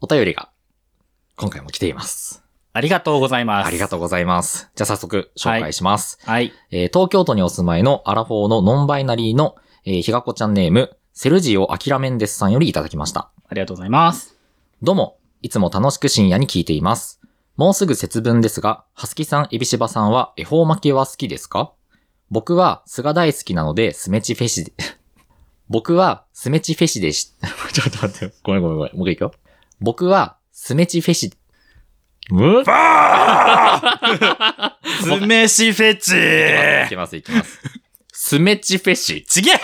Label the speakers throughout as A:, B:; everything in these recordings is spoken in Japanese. A: お便りが、今回も来ています。
B: ありがとうございます。
A: ありがとうございます。じゃあ早速、紹介します。
B: はい。
A: えー東京都にお住まいのアラフォーのノンバイナリーの、えーひがこちゃんネーム、セルジオアキラメンデスさんよりいただきました。
B: ありがとうございます。
A: どうも、いつも楽しく深夜に聞いています。もうすぐ節分ですが、はすきさん、えびしばさんは恵方巻きは好きですか僕は酢が大好きなので、スメチフェシで、 僕はスメチフェシでし、 ちょっと待って、ごめんごめんごめん、もう一回行くよ。僕はスメチフェシ、む
B: 酢飯フェチ
A: いきます、いきます。スメチフェシ。
B: ちげえよ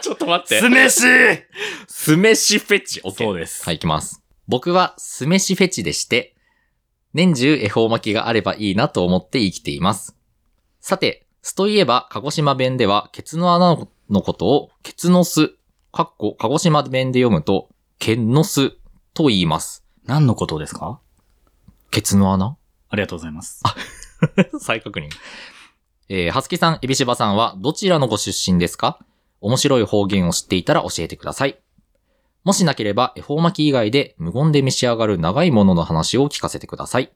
A: ちょっと待っ
B: 酢飯
A: 酢飯フェチ。オッケー
B: そうです。
A: はい、いきます。僕は酢飯フェチでして、年中恵方巻きがあればいいなと思って生きています。さて、酢といえば、鹿児島弁では、ケツの穴のことを、ケツの巣、かっこ、鹿児島弁で読むと、ケンの巣と言います。
B: 何のことですか
A: ケツの穴
B: ありがとうございます。
A: 再確認。えー、はすきさん、えびしばさんは、どちらのご出身ですか面白い方言を知っていたら教えてください。もしなければ、恵方巻き以外で無言で召し上がる長いものの話を聞かせてください。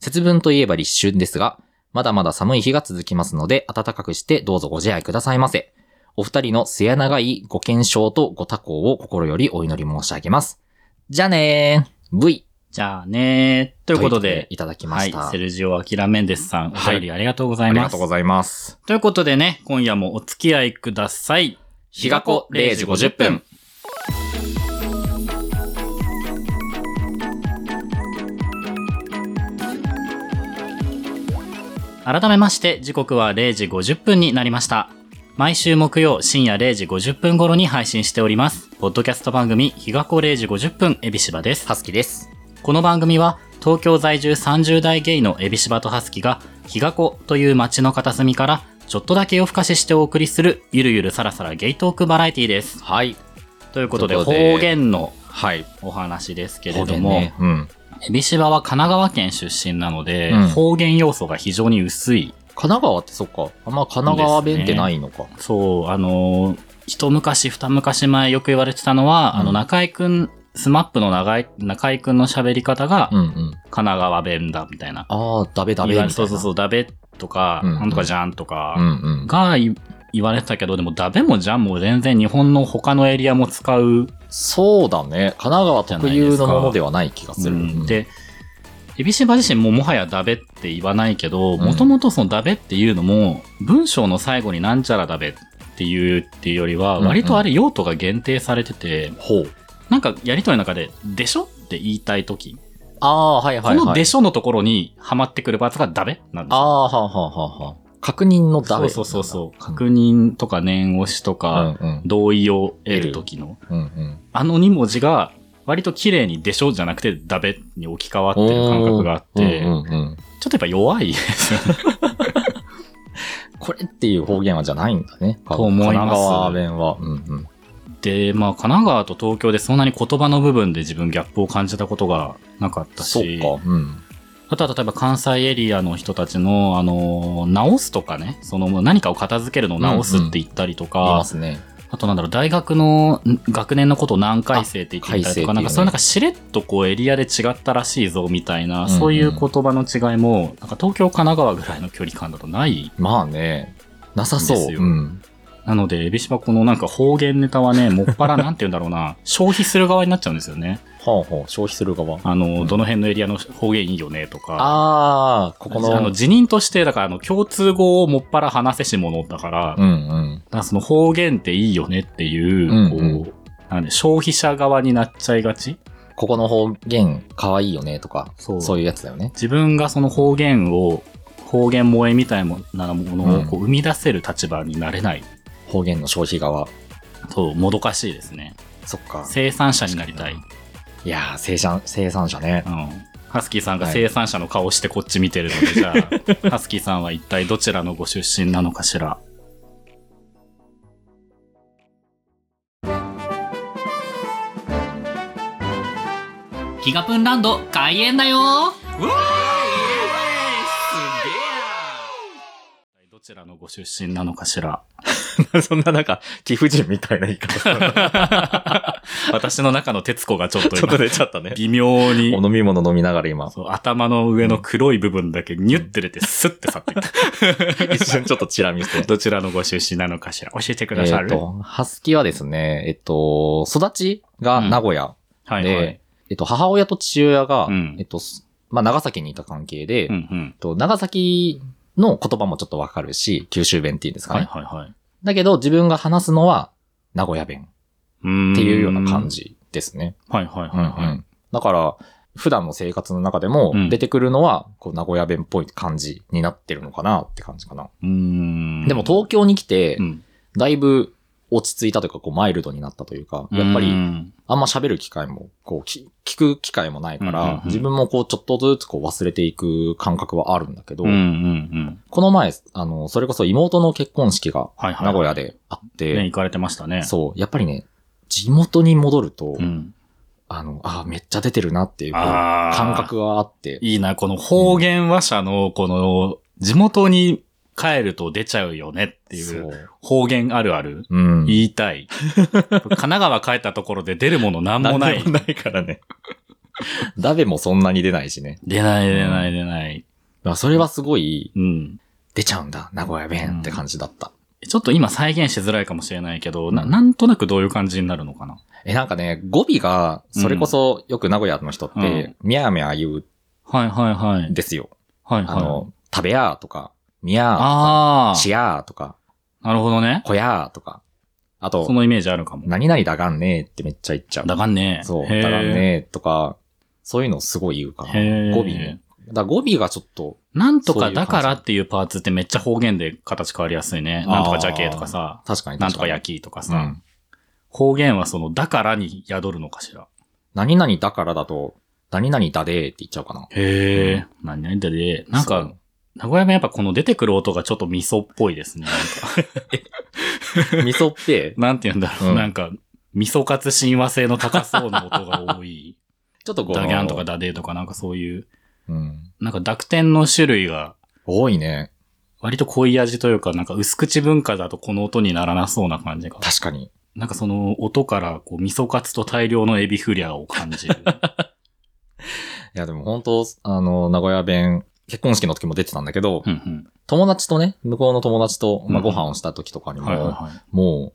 A: 節分といえば立春ですが、まだまだ寒い日が続きますので、暖かくしてどうぞご自愛くださいませ。お二人の末長いご健勝とご多幸を心よりお祈り申し上げます。じゃねー !V!
B: じゃあねー。ということで、
A: いただきま
B: は
A: し
B: い
A: た。。
B: セルジオ・アキラ・メンデスさん、お
A: はい
B: 便りありがとうござ
A: あ
B: い
A: り
B: ま
A: が
B: す。
A: とうございます。
B: ということでね、今夜もお付き合いください。
A: 日がこ0時50分。。
B: 改めまして時刻は0時50分になりました毎週木曜深夜0時50分頃に配信しておりますポッドキャスト番組日がこ0時50分エビシバです
A: はすきです。
B: この番組は東京在住30代ゲイのエビシバとハスキが日がここという街の片隅からちょっとだけ夜更かししてお送りするゆるゆるさらさらゲイトークバラエティです
A: はい。
B: ということで
A: ということで
B: 方言の
A: はい。
B: お話ですけ
A: け
B: れども、
A: うん。
B: エビシバは神奈川県出身なので、
A: うん
B: 方言要素が非常に薄い
A: 神奈川ってそっか。あんま神奈川弁ってないのか。
B: そう、あのー一昔二昔前よく言われてたのは、
A: うん
B: あの、中井くん、スマップの長い、中井くんの喋り方が、
A: うんうん。
B: 神奈川弁だ、みたいな。
A: ああ、ダベダベみた
B: 言
A: い
B: われ
A: な。
B: そうそうそう、ダベとか、
A: うん
B: なんとかじゃんと
A: う
B: か、
A: んうん。
B: がい言われてたけど、でもダベもじゃんも全然日本の他のエリアも使う。
A: そうだね。神奈川特有のものではない気がする。
B: うんで、エビシバ自身ももはやダベって言わないけど、
A: ん
B: もともとそのダベっていうのも、文章の最後になんちゃらダベっていうっていうよりは、
A: うんうん
B: 割とあれ用途が限定されてて、
A: ほう。
B: なんかやりとりの中で、でしょって言いたいとき、
A: ああ、はいはいはい。
B: このでしょのところにはまってくるパーツがダベなんです
A: あ
B: よ。
A: あ、はあはあはあはあ。確認のダ
B: そう
A: ベ。
B: そうそうそう。
A: なんだ
B: 確認とか念押しと
A: う
B: か、
A: んうん。
B: 同意を得るときの、
A: うんうん。
B: あの2文字が、割と綺麗にでしょじゃなくてダベに置き換わってる感覚があって、
A: うんうんうん
B: ちょっとやっぱ弱い ですよね。
A: これっていう方言はじゃないんだね。
B: と思います
A: 神奈川弁は。うんうん。
B: で、まあ、神奈川と東京でそんなに言葉の部分で自分ギャップを感じたことがなかった
A: そ
B: し、
A: うか。うん。
B: あとは例えば関西エリアの人たちの、あの、直すとかね、その何かを片付けるのを直すって言ったりと
A: 言いま
B: か、
A: すね。
B: あとなんだろう、大学のん学年のことを何回生って言っていた
A: あ回生っ
B: りとか、
A: ていうね
B: なんかそういうなんかしれっとこうエリアで違ったらしいぞみたいな、
A: ん
B: そういう言葉の違いも、なんか東京、神奈川ぐらいの距離感だとない。
A: まあね。なさそ
B: です
A: う。
B: よ
A: うん。
B: なので、エビシバこのなんか方言ネタはね、もっぱらなんて言うんだろうな、消費する側になっちゃうんですよね。
A: はあはあ、消費する側。
B: あの、
A: うん
B: どの辺のエリアの方言いいよねとか。
A: ああ、ここ
B: このあの
A: の。
B: 辞任として、だからあの共通語をもっぱら話せし者だから、
A: う
B: だ
A: ん
B: か
A: うん。
B: らその方言っていいよねっていう、
A: うん
B: こう、なんで消費者側になっちゃいがち
A: ここの方言かわいいよねとか、
B: そ
A: そういうやつだよね。
B: 自分がその方言を、方言萌えみたいなものをこう生み出せる立場になれない
A: 方言の消費側。
B: と、もどかしいですね。
A: そっか。
B: 生産者になりたい。うん。
A: いやー、生産、生産者ね。
B: ハスキーさんが
A: はい
B: 生産者の顔してこっち見てるので、じゃ あ、ハスキーさんは一体どちらのご出身なのかしら。
C: ギガプンランド開演だよ
B: どちらのご出身なのかしら。
A: そんななんか、貴婦人みたいな言い方するの
B: 私の中の徹子がちょっと
A: ちょっと
B: 今、
A: 出ちゃった ね。
B: 微妙に
A: お、飲み物飲みながら今、
B: そう頭の上の黒い部分だけニュッて出て、スッて去っていった。
A: 一瞬ちょっとチラ見して。
B: どちらのご出身なのかしら教えてく
A: え
B: ださ
A: っ
B: る、
A: と、ハスキはですね、えっと、育ちが名古屋
B: は
A: で、
B: いはい。
A: えっと、母親と父親が、
B: うん
A: えっと、すまあ、長崎にいた関係で、
B: うんう
A: えっ
B: ん。
A: と、長崎の言葉もちょっとわかるし、九州弁っていうんですか
B: は
A: ね。
B: いはいはい。
A: だけど、自分が話すのは名古屋弁
B: っ
A: っていうような感。じですね。
B: はい
A: う
B: はい
A: ん
B: はいは
A: う
B: い。
A: んだから、普段の生活の中でも
B: うん
A: 出てくるのは、こう、名古屋弁っぽい感じになってるのかなって感じかな。
B: うーん
A: でも、東京に来て
B: う、ん
A: だいぶ落ち着いたというか、こう、マイルドになったというか、やっぱ
B: う
A: り、
B: ん
A: あんま喋る機会も、こう、き聞く機会もないか
B: うんうんう
A: ら
B: ん、
A: 自分もこう、ちょっとずつこう、忘れていく感覚はあるんだけど
B: うんう、ん。
A: この前、あの、それこそ妹の結婚式が
B: はいはい。
A: 名古屋であっ
B: ね、
A: て、
B: 行かれてましたね。
A: そう、やっぱりね、地元に戻ると
B: う、ん。
A: あの、あーめっちゃ出てるなっていう、こう
B: あー
A: 感覚があって、
B: いいな、この方言話者の、この、地元に帰ると出ちゃうよねってい、
A: そうう。
B: 方言あるある。
A: うん。
B: 言いたい。神奈川帰ったところで出るものなんもない。
A: 何でもないから ね。ダベもそんなに出ないしね。
B: 出ない出ない出ない。
A: まあ、それはすごい、
B: うん。
A: 出ちゃうんだ、名古屋弁って感じだった。
B: ちょっと今再現しづらいかもしれないけど、な、
A: うん
B: なんとなくどういう感じになるのかな。
A: え、なんかね、語尾が、それこそよく名古屋の人っ
B: う
A: て、みやみや言う
B: はいはいはい。
A: んですよ。
B: はいはい。
A: あの、食べやーとか、みやーとか、
B: あ
A: しやーとか、
B: あ、なるほどね。
A: こやーとか、あと
B: そ、のイメージあるかも。
A: 何々だがんねーってめっちゃ言っちゃう。
B: だがんね。
A: そう、
B: へー
A: だがん。ねーとか、そういうのすごい言うかな。
B: へー
A: 語尾ね。だから語尾がちょっと、
B: なんと
A: そう
B: か
A: いう感
B: だ
A: じ
B: からっていうパーツってめっちゃ方言で形変わりやすいね。
A: あー
B: なんとかじゃけーとかさ、
A: 確かに確かに。
B: なんとか焼きとかさ、
A: うん
B: 方言はその、だからに宿るのかしら。
A: 何々だからだと、何々だでーって言っちゃうかな。
B: へえ。何々だで、なん
A: そ
B: か、名古屋弁やっぱこの出てくる音がちょっと味噌っぽいですね。なんか
A: う、味噌 って、
B: なんて言うんだろ
A: う
B: う。
A: ん
B: なんか、味噌かつ親和性の高そうな音が多 い。
A: ちょっとこう、
B: ダギャンとかダデーとかなんかそういう、
A: うん。
B: なんか濁点の種類が
A: 多いね。
B: 割と濃い味というか、なんか薄口文化だとこの音にならなそうな感じが。
A: 確かに。
B: なんかその音から、こう、味噌カツと大量のエビフリアを感じる。
A: いや、でも本当あの、名古屋弁、結婚式の時も出てたんだけど、
B: うん
A: 友達とね、向こうの友達と、ま
B: う
A: あ、
B: ん
A: ご飯をした時とかに
B: うん。
A: も、
B: はいはいはい。
A: もう、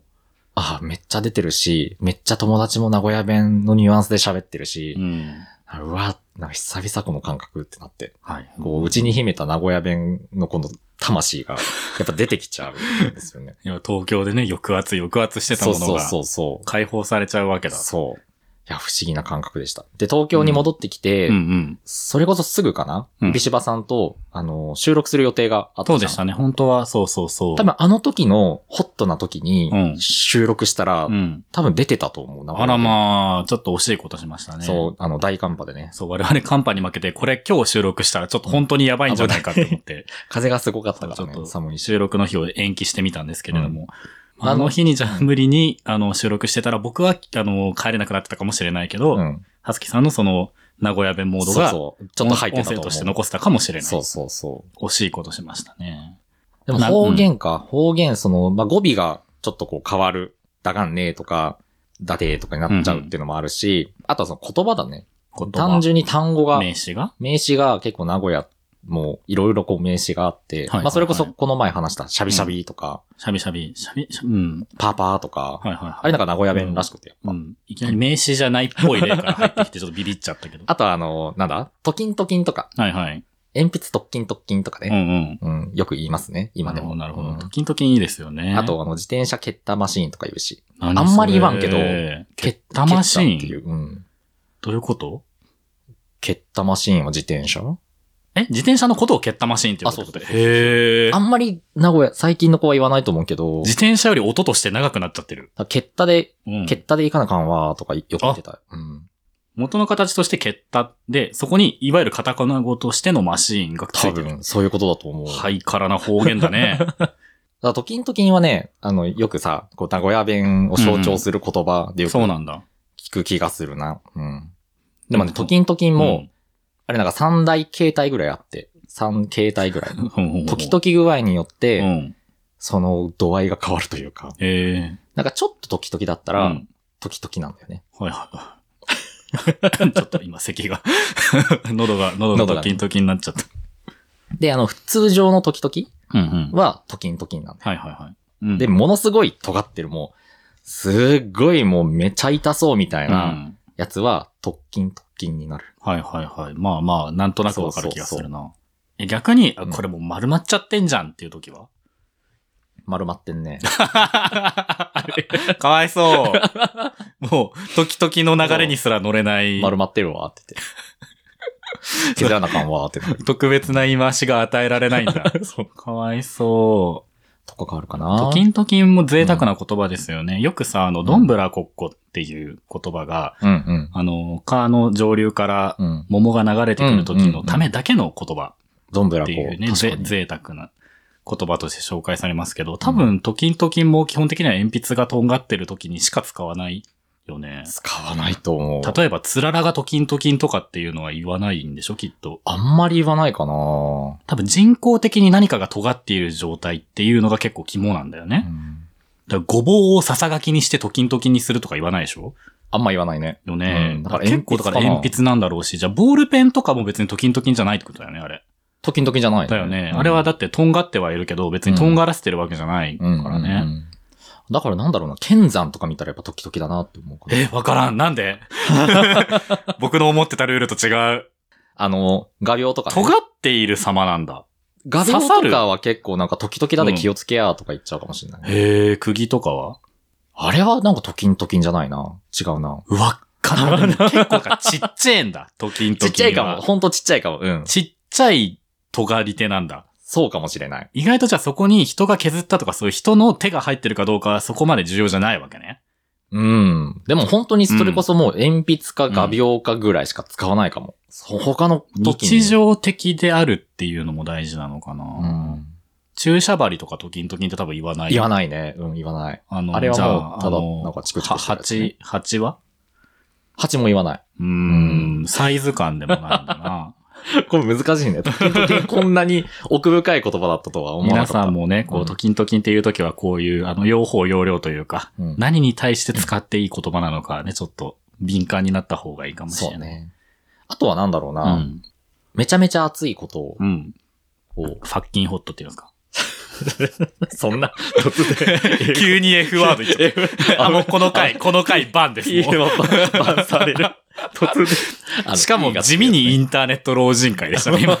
A: あめっちゃ出てるし、めっちゃ友達も名古屋弁のニュアンスで喋ってるし
B: う、ん。
A: あうわ、なんか久々この感覚ってなって、
B: はい。
A: こう、うちに秘めた名古屋弁のこの魂が、やっぱ出てきちゃうんですよね。
B: いや東京でね、抑圧、抑圧 してたもの
A: そう
B: が、
A: そうそうそう。
B: 解放されちゃうわけだ。
A: そう。いや、不思議な感覚でした。で、東京に戻ってきて、
B: うんうん。
A: それこそすぐかな、
B: うん
A: ビシバさんと、あの、収録する予定があったじゃ
B: そ
A: ん
B: うでしたね。本当は、そうそうそう。
A: 多分あの時のホットな時
B: うん
A: に収録したら、
B: うん。
A: 多分出てたと思うな。
B: あらまあ、ちょっと惜しいことしましたね。
A: そう、あの、大寒波でね。
B: そう、我々カンパに負けて、これ今日収録したらちょっと本当にやばいんじゃないかと思って、
A: 風がすごかったか
B: ちょ
A: ら
B: っと
A: ね、寒いし。
B: 収録の日を延期してみたんですけれども、
A: うん
B: あの日にじゃあ無理にあの収録してたら僕はあの帰れなくなってたかもしれないけど、
A: うん。
B: はすきさんのその名古屋弁モード
A: そう
B: が、
A: そう。ちょっと入ってたと
B: 音声
A: 思う。
B: として残せたかもしれない。
A: そうそうそう。
B: 惜しいことしましたね。
A: でも
B: な
A: 方言か、方言、その、まあ、語尾がちょっとこう変わる。だがんねーとか、だてーとかになっちゃうっていうのもあるし、あとはその言葉だね。
B: 言葉
A: 単純に単語が、
B: 名詞が
A: 名詞が結構名古屋もいろいろこう名詞があって、
B: はい
A: まあそれこそこの前話したシャビシャビとか、
B: しゃびしゃび、しゃび、しゃうん。
A: パーパーとか、
B: はいはいはい。
A: あれなんか名古屋弁らしくて。
B: うん。いきなり名詞じゃないっぽい例から入ってきてちょっとビビっちゃったけど。
A: あとはあの、なんだトキントキンとか、
B: はいはい。
A: 鉛筆トッキントッキンとか
B: うんう
A: ね、
B: ん。
A: うんよく言いますね、今でも。
B: なるほど、な
A: う
B: るほ
A: ん
B: ど。時々時々いいですよね。
A: あ、とあの自転車蹴ったマシーンとか言うし、
B: あ
A: あんまり言わんけど
B: 蹴ったマシ
A: 蹴ったってい
B: ーン
A: う。うん。
B: どういうこと
A: 蹴ったマシーンは自転車
B: え自転車のことを蹴ったマシーンっていうこと
A: あそうそう
B: へえ
A: あ。んまり名古屋、最近の子は言わないと思うけど
B: 自、転車より音として長くなっちゃってる。
A: 蹴ったで、
B: うん
A: 蹴ったでいかなかんわーとかよく言ってた。うん。
B: 元の形として蹴った。で、そこに、いわゆるカタカナ語としてのマシーンがつ
A: 多
B: いてる
A: 分、。そういうことだと思う。
B: ハイカラな方言だ ね。
A: だからトキントキンはね、あの、よくさ、こう、名古屋弁を象徴する言葉でよく
B: そう
A: 聞
B: なんだ。
A: く気がするな。うん。でもね、
B: うん
A: トキントキンも、
B: うん
A: あれなんか三 大形態ぐらいあって、三形態ぐらい。
B: うん、
A: 時々具合によって、
B: うん。
A: その度合いが変わるというか、
B: へえ。
A: なんかちょっと時々だった
B: う
A: ら、
B: ん
A: 時々なんだよね。
B: はいはいはい。 ちょっと今、咳が。喉が、喉
A: 喉
B: がド
A: が
B: キンドキンになっちゃった。
A: で、あの、普通常の時々
B: うんうん。
A: は、時々なんだよ。
B: はいはいはい。うん
A: で、ものすごい尖ってる、もう、すっごいもうめちゃ痛そうみた
B: う
A: い
B: ん、
A: なやつは、特勤特勤になる。
B: はいはいはい。まあまあ、なんとなくわかる気がするな。え逆に、あ
A: うん
B: これもう丸まっちゃってんじゃんっていう時は
A: 丸まってんね。
B: あれ かわい そう。もう、時々の流れにすら乗れない、
A: 丸まってるわ、って言っ て。削らなあかんわ、ってなる。
B: 特別な言い回しが与えられないん だ。かわいそう。
A: とかがあるか
B: ト
A: な。
B: キントキンも贅沢な言葉ですよね。よくさ、あの、どんぶらこっこっていう言葉が、
A: うん
B: あの、川の上流から
A: うん。うん。
B: 桃が流れてくる時のためだけの言葉
A: どんぶら
B: っ
A: こ
B: ていうね、
A: う。
B: ぜ
A: 確かに
B: 贅沢な言葉として紹介されますけど、多分トキントキンも基本的には鉛筆がとんがってる時にしか使わないよね。
A: 使わないと思う。
B: 例えば、つららがトキントキンとかっていうのは言わないんでしょ、きっと。
A: あんまり言わないかな。
B: 多分人工的に何かが尖っている状態っていうのが結構肝なんだよね。
A: うん
B: だからごぼうをささがきにしてトキントキンにするとか言わないでしょ
A: あんま言わないね。
B: よね、
A: うん
B: だから結構
A: 鉛筆
B: だか
A: かな
B: ら鉛筆なんだろうし、じゃあボールペンとかも別にトキントキンじゃないってことだよね、あれ。
A: 時々じゃない。
B: だよね。
A: うん
B: あれはだってとんがってはいるけど、別にとんがらせてるわけじゃないか
A: うん
B: らね。
A: うんうんだからなんだろうな、剣山とか見たらやっぱ時々だなって思うかな。
B: え、わからん。なんで 僕の思ってたルールと違う。
A: あの、画鋲とか、ね。
B: 尖っている様なんだ。
A: 画
B: 刺
A: 鋲
B: さ
A: と
B: る
A: かは結構なんか時々だで気をつけやとか言っちゃうかもしれないね。
B: へえ、釘とかは
A: あれはなんか時々時々じゃないな。違うな。
B: わっからん。結構だからちっちゃい んだ、トキントキンは。
A: ちっちゃいかも。。ほんとちっちゃいかも。うん。
B: ちっちゃい尖り手なんだ。
A: そうかもしれない。
B: 意外とじゃあそこに人が削ったとかそういう人の手が入ってるかどうかはそこまで重要じゃないわけね。
A: うん。でも本当にそれこそもう鉛筆か画鋲かぐらいしか使わないかも。そう他の時に
B: 日。常的であるっていうのも大事なのかな。
A: うん。
B: 注射針とかトキントキンって多分言わない。
A: 言わないね。うん、言わない。
B: あの、
A: あれは
B: じゃ
A: もう
B: あ、
A: ただ
B: あの
A: なんかチクチクしてるやつね
B: は蜂、蜂は
A: 蜂も言わない。
B: うーん、サイズ感でもないんだ な。
A: これ難しいね。時々こんなに奥深い言葉だったとは思わな
B: 皆
A: かった。
B: さんもね、
A: う
B: こ
A: ん
B: う、トキントキンっていう時はこういう、あの、用法用量というか、
A: うん
B: 何に対して使っていい言葉なのかね、ちょっと敏感になった方がいいかもし
A: そ
B: れ
A: う
B: ない。
A: ね。あとはなんだろうな。
B: うん。
A: めちゃめちゃ熱いことを、
B: うん。
A: こ
B: ファッキンホットっていうんです か。
A: うそんな、突然。
B: 急に F ワード言っちゃった。あ、もうこの回、この回バンです。
A: 家
B: も
A: はバンバンされる。突然あ
B: う
A: の。
B: しかも地味にインターネット老人会でしたね、 今。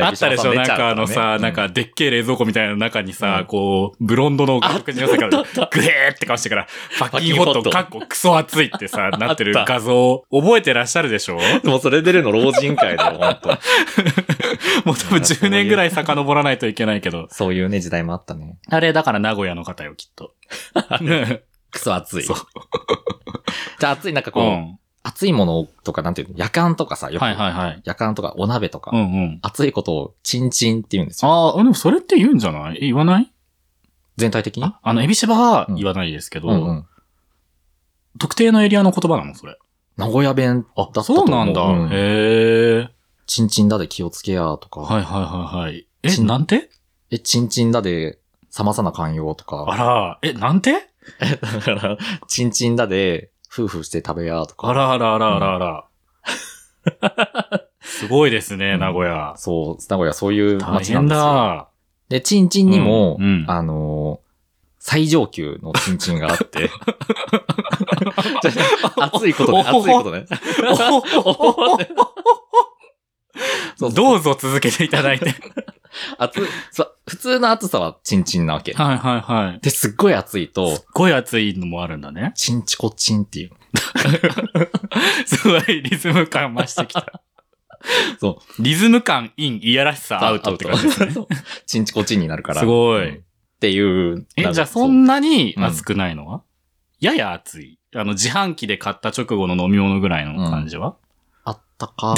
B: あったでしょ、なんかあのさ、なん、かでっけえ冷蔵庫みたいな中に
A: う
B: さ
A: ん、
B: こう、ブロンドの外国人の世から、グレーって顔してから、ファッキンホッ
A: ファッキンホット
B: ト、かっこクソ熱いってさ、なってる
A: あった
B: 画像、覚えてらっしゃるでしょ
A: いやもうそれ出るの老人会だよ、ほんと。
B: もう多分10年ぐらい遡らないといけないけど。
A: そういうね、時代もあったね。
B: あれ、だから名古屋の方よ、きっ と。
A: クソ暑い。
B: そう
A: じゃあ暑い、なんか
B: う
A: こう、
B: ん。
A: 暑いものとか、なんていうの、夜間とかさ、よく、
B: はいはいはい。
A: 夜間とかお鍋とか、
B: うんうん。
A: 暑いことをチンチンって言うんですよ。
B: ああ、でもそれって言うんじゃない言わない
A: 全体的に
B: ああの、エビシバは言わないですけど、
A: うんうん
B: 特定のエリアの言葉なのそれ。
A: 名古屋弁だったと思う。
B: そうなんだ。
A: うん
B: へえ。
A: チンチンだで気をつけやとか、
B: はいはいはいはい。え、
A: ち
B: なんて
A: え、チンチンだで冷まさな寛容と か、
B: あら、え、なんて
A: だから、チンチンだで夫婦して食べやとか、
B: あらあらあらあらあら。 すごいですね、
A: うん
B: 名古屋。
A: そう、名古屋そういう
B: 大
A: 街なん
B: 変
A: ですよ。
B: だ。
A: で、チンチンにも、
B: うんうん
A: あのー最上級のチンチンがあっ て。じゃあ熱いことね、熱いことね。そうそう
B: どうぞ続けていただいて。
A: 熱いそう普通の暑さはチンチンなわけ。
B: はいはいはい。
A: で、すっごい暑い
B: す
A: と
B: っ、ごい熱いのもあるんだね。
A: チンチコチンっていう。
B: すごいリズム感増してきた。
A: そ
B: リズム感イン、いやらしさアウトって感じですね。
A: そう チンチコチンになるから。
B: すごい
A: うんっていう。
B: え、じゃあそ
A: な。
B: んなに
A: うん
B: 熱くないのは、やや熱い。あの、自販機で買った直後の飲み物ぐらいの感じは、
A: あったかー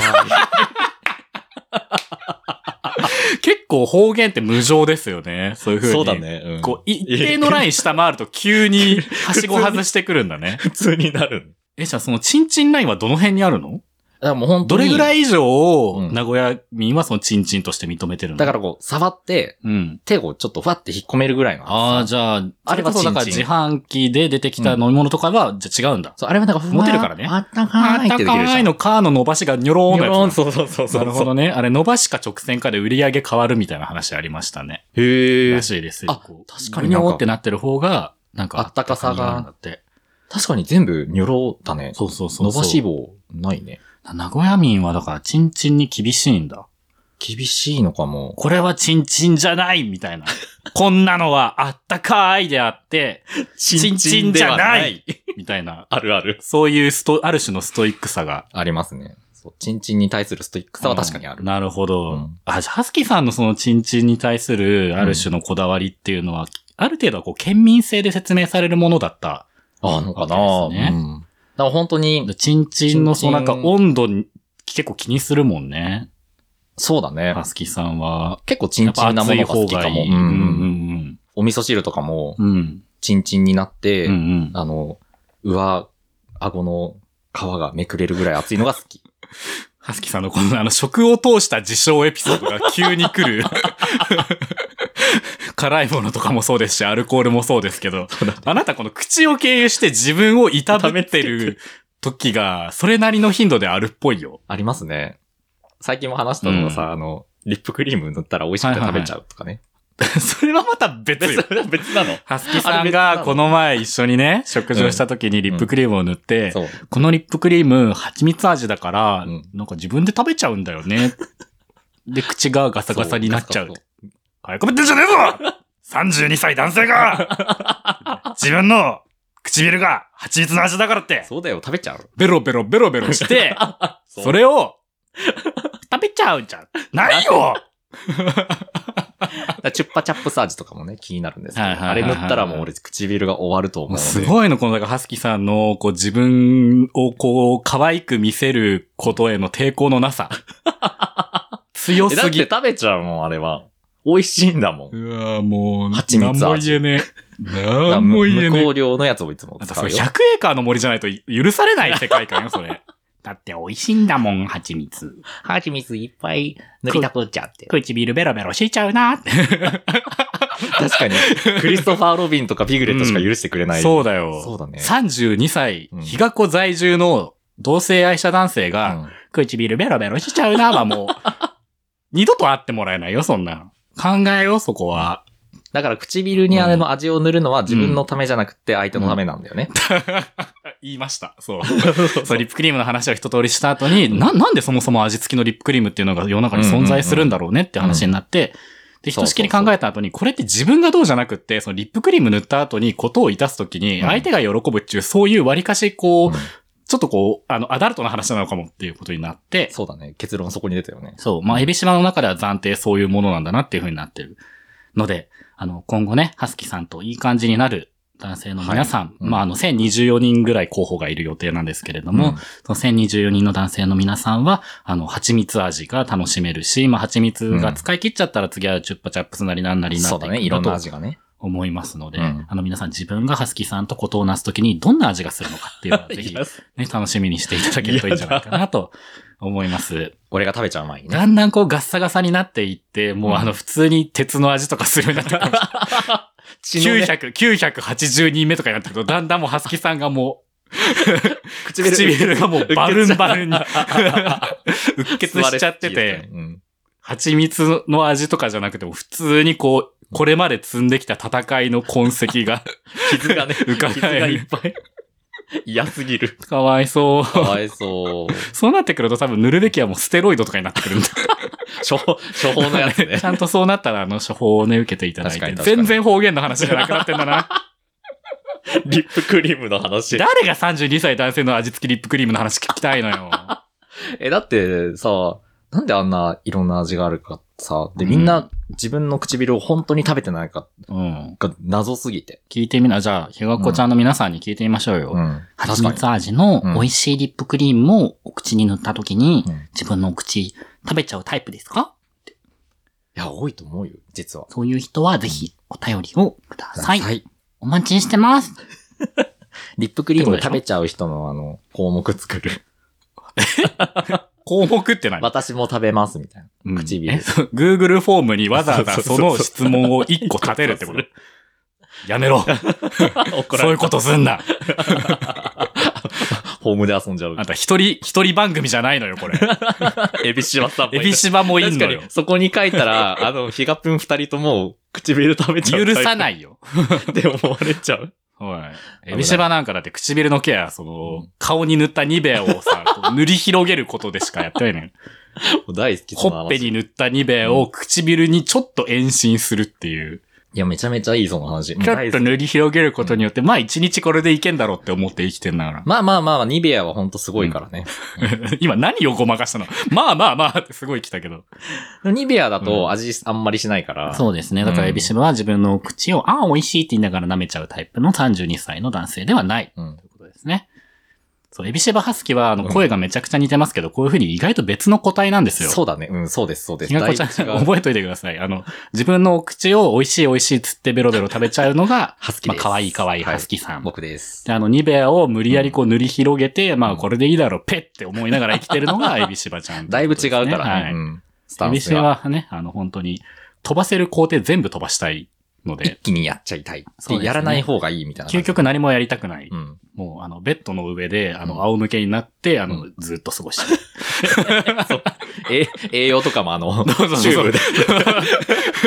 B: 結構方言って無情ですよね。そういう
A: い。
B: 風に。
A: そうだ。ね。うん
B: こう、一定のライン下回ると急に、はしご外してくるんだね。
A: 普通になる。
B: え、じゃあそのチンチンラインはどの辺にあるの
A: からもう本当
B: ど
A: に。
B: れぐらい以上
A: う
B: を、
A: ん
B: 名古屋民はそのチンチンとして認めてるの
A: だからこう、触って、
B: ら、うん。
A: 手をちょっとふわって引っ込めるぐらいの厚さ。
B: ああ、じゃあ、あ
A: あ
B: れ
A: れ
B: こ
A: は
B: そだから
A: チン
B: 自
A: チン
B: 販機で出てきた飲み物とかは、じゃあ違うんだ。
A: そう、あれはなんかふわー、
B: モテるからね
A: あったか
B: あ
A: ーい
B: っ
A: ったてできるじ
B: か
A: ゃ
B: い
A: ん。
B: のかの伸ばしがニョローンのやつ
A: ン、そうそうそうそう。
B: なるほどね。あれ伸ばしか直線かで売り上げ変わるみたいな話ありましたね。
A: へえ
B: ら。しいですよ。
A: あ
B: こう
A: 確かになんか
B: ニョーってなってる方が、なんか
A: あったかさが
B: あったになるんだって。
A: 確かに全部ニョロだね。
B: そうそうそうそう。
A: 伸ばし棒ないね。
B: 名古屋民はだから、チンチンに厳しいんだ。
A: 厳しいのかも。
B: これはチンチンじゃない みたいな。こんなのはあったかーいであって、チンチンじゃないみたいな。
A: あるある。
B: そういうスト、ある種のストイックさが。
A: ありますね。そう。チンチンに対するストイックさは確かにある。
B: うんなるほど。
A: うん
B: あ、じゃあ、ハスキーさんのそのチンチンに対するある種のこだわりっていうのは、ある程度はこう、県民性で説明されるものだった。
A: あ、のかなぁ。
B: わけです
A: う
B: ね
A: ん。だから本当に、
B: チンチンのそ
A: チンチ
B: の
A: ン
B: なんか温度に結構気にするもんね。
A: そうだね
B: ハ。スキーさんは。
A: 結構チン
B: やっぱ
A: チンな
B: 熱
A: も
B: い
A: のが
B: 方
A: 好き
B: が
A: か
B: い
A: も。
B: い。
A: うん
B: うん
A: うんお味噌汁とかも
B: うんう、ん。うん。
A: チンチンになって、
B: うんうん。
A: あの、上、顎の皮がめくれるぐらい熱いのが好 き。
B: ハスキーさんのこの、あの、食を通した自称エピソードが急に来る。 辛いものとかもそうですし、アルコールもそうですけど、あなたこの口を経由して自分を痛めてる時が、それなりの頻度であるっぽいよ。
A: ありますね。最近も話したのがさ、あの、リップクリーム塗ったら美味しくて食べちゃうとかね。
B: それはまた別 よ。
A: れは別なの。
B: ハスキーさんがこの前一緒にね、食事をした時にリップクリームを塗って、
A: そう。
B: このリップクリーム蜂蜜味だから、
A: うん
B: なんか自分で食べちゃうんだよ ね。で、口がガサガサになっちゃう
A: そう。
B: 買い込めてんじゃねえぞ !32 歳男性が自分の唇が蜂蜜の味だからって
A: そうだよ、食べちゃう。
B: ベロベロベロベロして、
A: そう
B: それを食べちゃうじゃんないよ
A: だからチュッパチャップサージとかもね、気になるんですけど、
B: はいはいは
A: あ
B: い
A: れ
B: はい
A: 塗ったらもう俺唇が終わると思うので。
B: すごいの、この、なんか、ハスキーさんの、こう、自分を、こう、可愛く見せることへの抵抗のな さ。強
A: えだ
B: す
A: って
B: ぎ。
A: 食べちゃうもん、あれは。美味しいんだもん。
B: うわもう、
A: 蜂蜜味
B: なんも言えね え。なんも言え
A: 無
B: ねえ
A: 香。料のやつをいつも
B: あと
A: 使
B: そうれ
A: よ。
B: 100エーカーの森じゃないと許されない世界観よ、それ。 だって美味しいんだもん、蜂蜜。
A: 蜂蜜いっぱい塗
B: りた
A: くっちゃって。
B: 唇ベロベロしちゃうなって。
A: 確かに。クリストファー・ロビンとかビグレットしか許してくれない。
B: そうだよ。
A: そうだね
B: 32歳
A: う、ん
B: 日が子在住の同性愛者男性が、
A: うん
B: 唇ベロベロしちゃうな はもう、二度と会ってもらえないよ、そんなの。考えよう、そこは。
A: だから唇にあれの味を塗るのは自分のためじゃなくて相手のためなんだよね。
B: 言いました。そう。 そう、リップクリームの話を一通りした後に、な、なんでそもそも味付きのリップクリームっていうのが世の中に存在するんだろうねって話になって、で、ひとしきり考えた後に、これって自分がどうじゃなくって、そのリップクリーム塗った後にことをいたすときに、
A: うん
B: 相手が喜ぶっていう、そういう割かし、こう、
A: うん
B: ちょっとこう、あの、アダルトな話なのかもっていうことになって、
A: そうだね。結論そこに出たよね。
B: そう。まあ、エビ島の中では暫定そういうものなんだなっていう風になってる。ので、あの、今後ね、ハスキさんといい感じになる男性の皆さん、
A: うん
B: まあ、あの、1024人ぐらい候補がいる予定なんですけれども、その1024人の男性の皆さんは、あの、蜂蜜味が楽しめるし、まあ、蜂蜜が使い切っちゃったら次はチュッパチャップスなりなんな
A: う
B: り
A: ん
B: にな
A: そう
B: って
A: だ
B: い
A: ね。い
B: く
A: ろん
B: んだ
A: な
B: と
A: 味がね。
B: 思いますので、
A: うん
B: あの、皆さん自分がハスキさんとことをなすときにどんな味がするのかっていうのをぜ ひ、ね、楽しみにしていただけるといいんじゃないかなと思います。
A: 俺が食べちゃう前にね。
B: だんだんこうガッサガサになっていって、もうあの
A: う
B: 普通に鉄の味とかするようになってくる。900、980人目とかになってくると、だんだんもうハスキさんがもう、唇がも うバルンバルンに、うっ血しちゃってて、
A: うん。
B: 蜂蜜の味とかじゃなくても普通にこう、これまで積んできた戦いの痕跡 が、
A: 傷がね、
B: 浮かない
A: 傷がいっぱい。嫌すぎる。
B: かわいそう。
A: かわいそう。
B: そうなってくると多分塗るべきはもうステロイドとかになってくる んだ。
A: 処方、処方のやつね
B: ち。ゃんとそうなったら、あの、処方をね、受けていただい
A: 確か
B: て。
A: に確かに
B: 全然方言の話じゃなくなってんだな。
A: リップクリームの話。
B: 誰が32歳男性の味付きリップクリームの話聞きたいのよ。
A: え、だってさ、なんであんないろんな味があるかさ、で、みん
B: う
A: な自分の唇を本当に食べてないか
B: うん。
A: が謎すぎて。
B: 聞いてみな。じゃあ、ひがこちゃんの皆さんに聞いてみましょうよ。
A: うん。確
B: 蜂
A: かに
B: 蜜。味の
A: うん
B: 美味しいリップクリームをお口に塗った時に、
A: うんい
B: 自分のお口食べちゃうタイプですか
A: や、多いと思うよ、実は。
B: そういう人はぜひお便りをください。
A: はい。
B: お待ちしてます。
A: リップクリーム食べちゃう人のあの、項目作る。
B: 項目って何、
A: 私も食べます、みたいな。
B: うん
A: 唇
B: えそう Google フォームにわざわざその質問を1個立てるってこ
A: そ
B: とや めろ
A: 怒
B: そういうことすんな
A: ホームで遊んじゃう
B: あ。んた一人、一人番組じゃないの よ、これ。
A: エビシバさんもい
B: エ
A: る
B: ビシバもいん
A: 確か
B: のよ
A: に、。そこに書いたら、あの、ヒガプン二人とも唇食べちゃう。
B: 許さ
A: い。
B: ないよ。
A: って思われちゃう。
B: はい。エビシバなんかだって唇のケア、その、顔に塗ったニベアを さ、こう塗り広げることでしかやってないのよ。
A: もう大好き、
B: ほ
A: その話
B: っぺに塗ったニベアを唇にちょっと延伸するっていう。
A: いや、めちゃめちゃいい、その話。もう
B: ちょ
A: 大
B: っ
A: 好
B: と
A: き
B: 塗り広げることによって、まあ一日これでいけんだろうって思って生きてんだから。
A: まあまあまあ、ニベアはほんとすごいからね。
B: 今何をごまかしたのまあまあまあってすごい来たけど。
A: ニベアだ
B: う
A: と味あんまりしないから。
B: そうですね。だからエビシバは自分の口を、ああ、美味しいって言いながら舐めちゃうタイプの32歳の男性ではない。
A: うん。
B: ということですね。そう、エビシバハスキは、あの、声がめちゃくちゃ似てますけど、こういう風に意外と別の個体なんですよ。
A: そうだね。うん、そうです、そうです。
B: ひがこちゃん、
A: だいぶ違う、
B: 覚えといてください。あの、自分のお口を美味しい美味しいっつってベロベロ食べちゃうのが
A: ハスキ
B: まあ、
A: です。
B: 可愛い可愛い
A: は
B: ハスキさん。
A: 僕です。
B: で、あの、ニベアを無理やりこう塗り広げて、まあ、これでいいだろう、ペッって思いながら生きてるのがエビシバちゃ ん、
A: だいぶ違うからね。
B: は
A: う
B: い。
A: ん。スタ
B: エ
A: ン
B: ビ
A: ス
B: シ
A: が。
B: バはね、あの、本当に、飛ばせる工程全部飛ばしたいの
A: 一
B: で、
A: 気にやっちゃいたい。
B: そうです
A: で
B: ね
A: やらない方がいいみたいな感
B: 究
A: じ。
B: 極何もやりたくない。
A: うん。
B: もう、あの、ベッドの上で、あ
A: う
B: の、
A: ん
B: 仰向けになって、あ
A: う
B: の、ずっと過ご してる。
A: え、栄養とかもあ の、チ
B: そうそう
A: ュー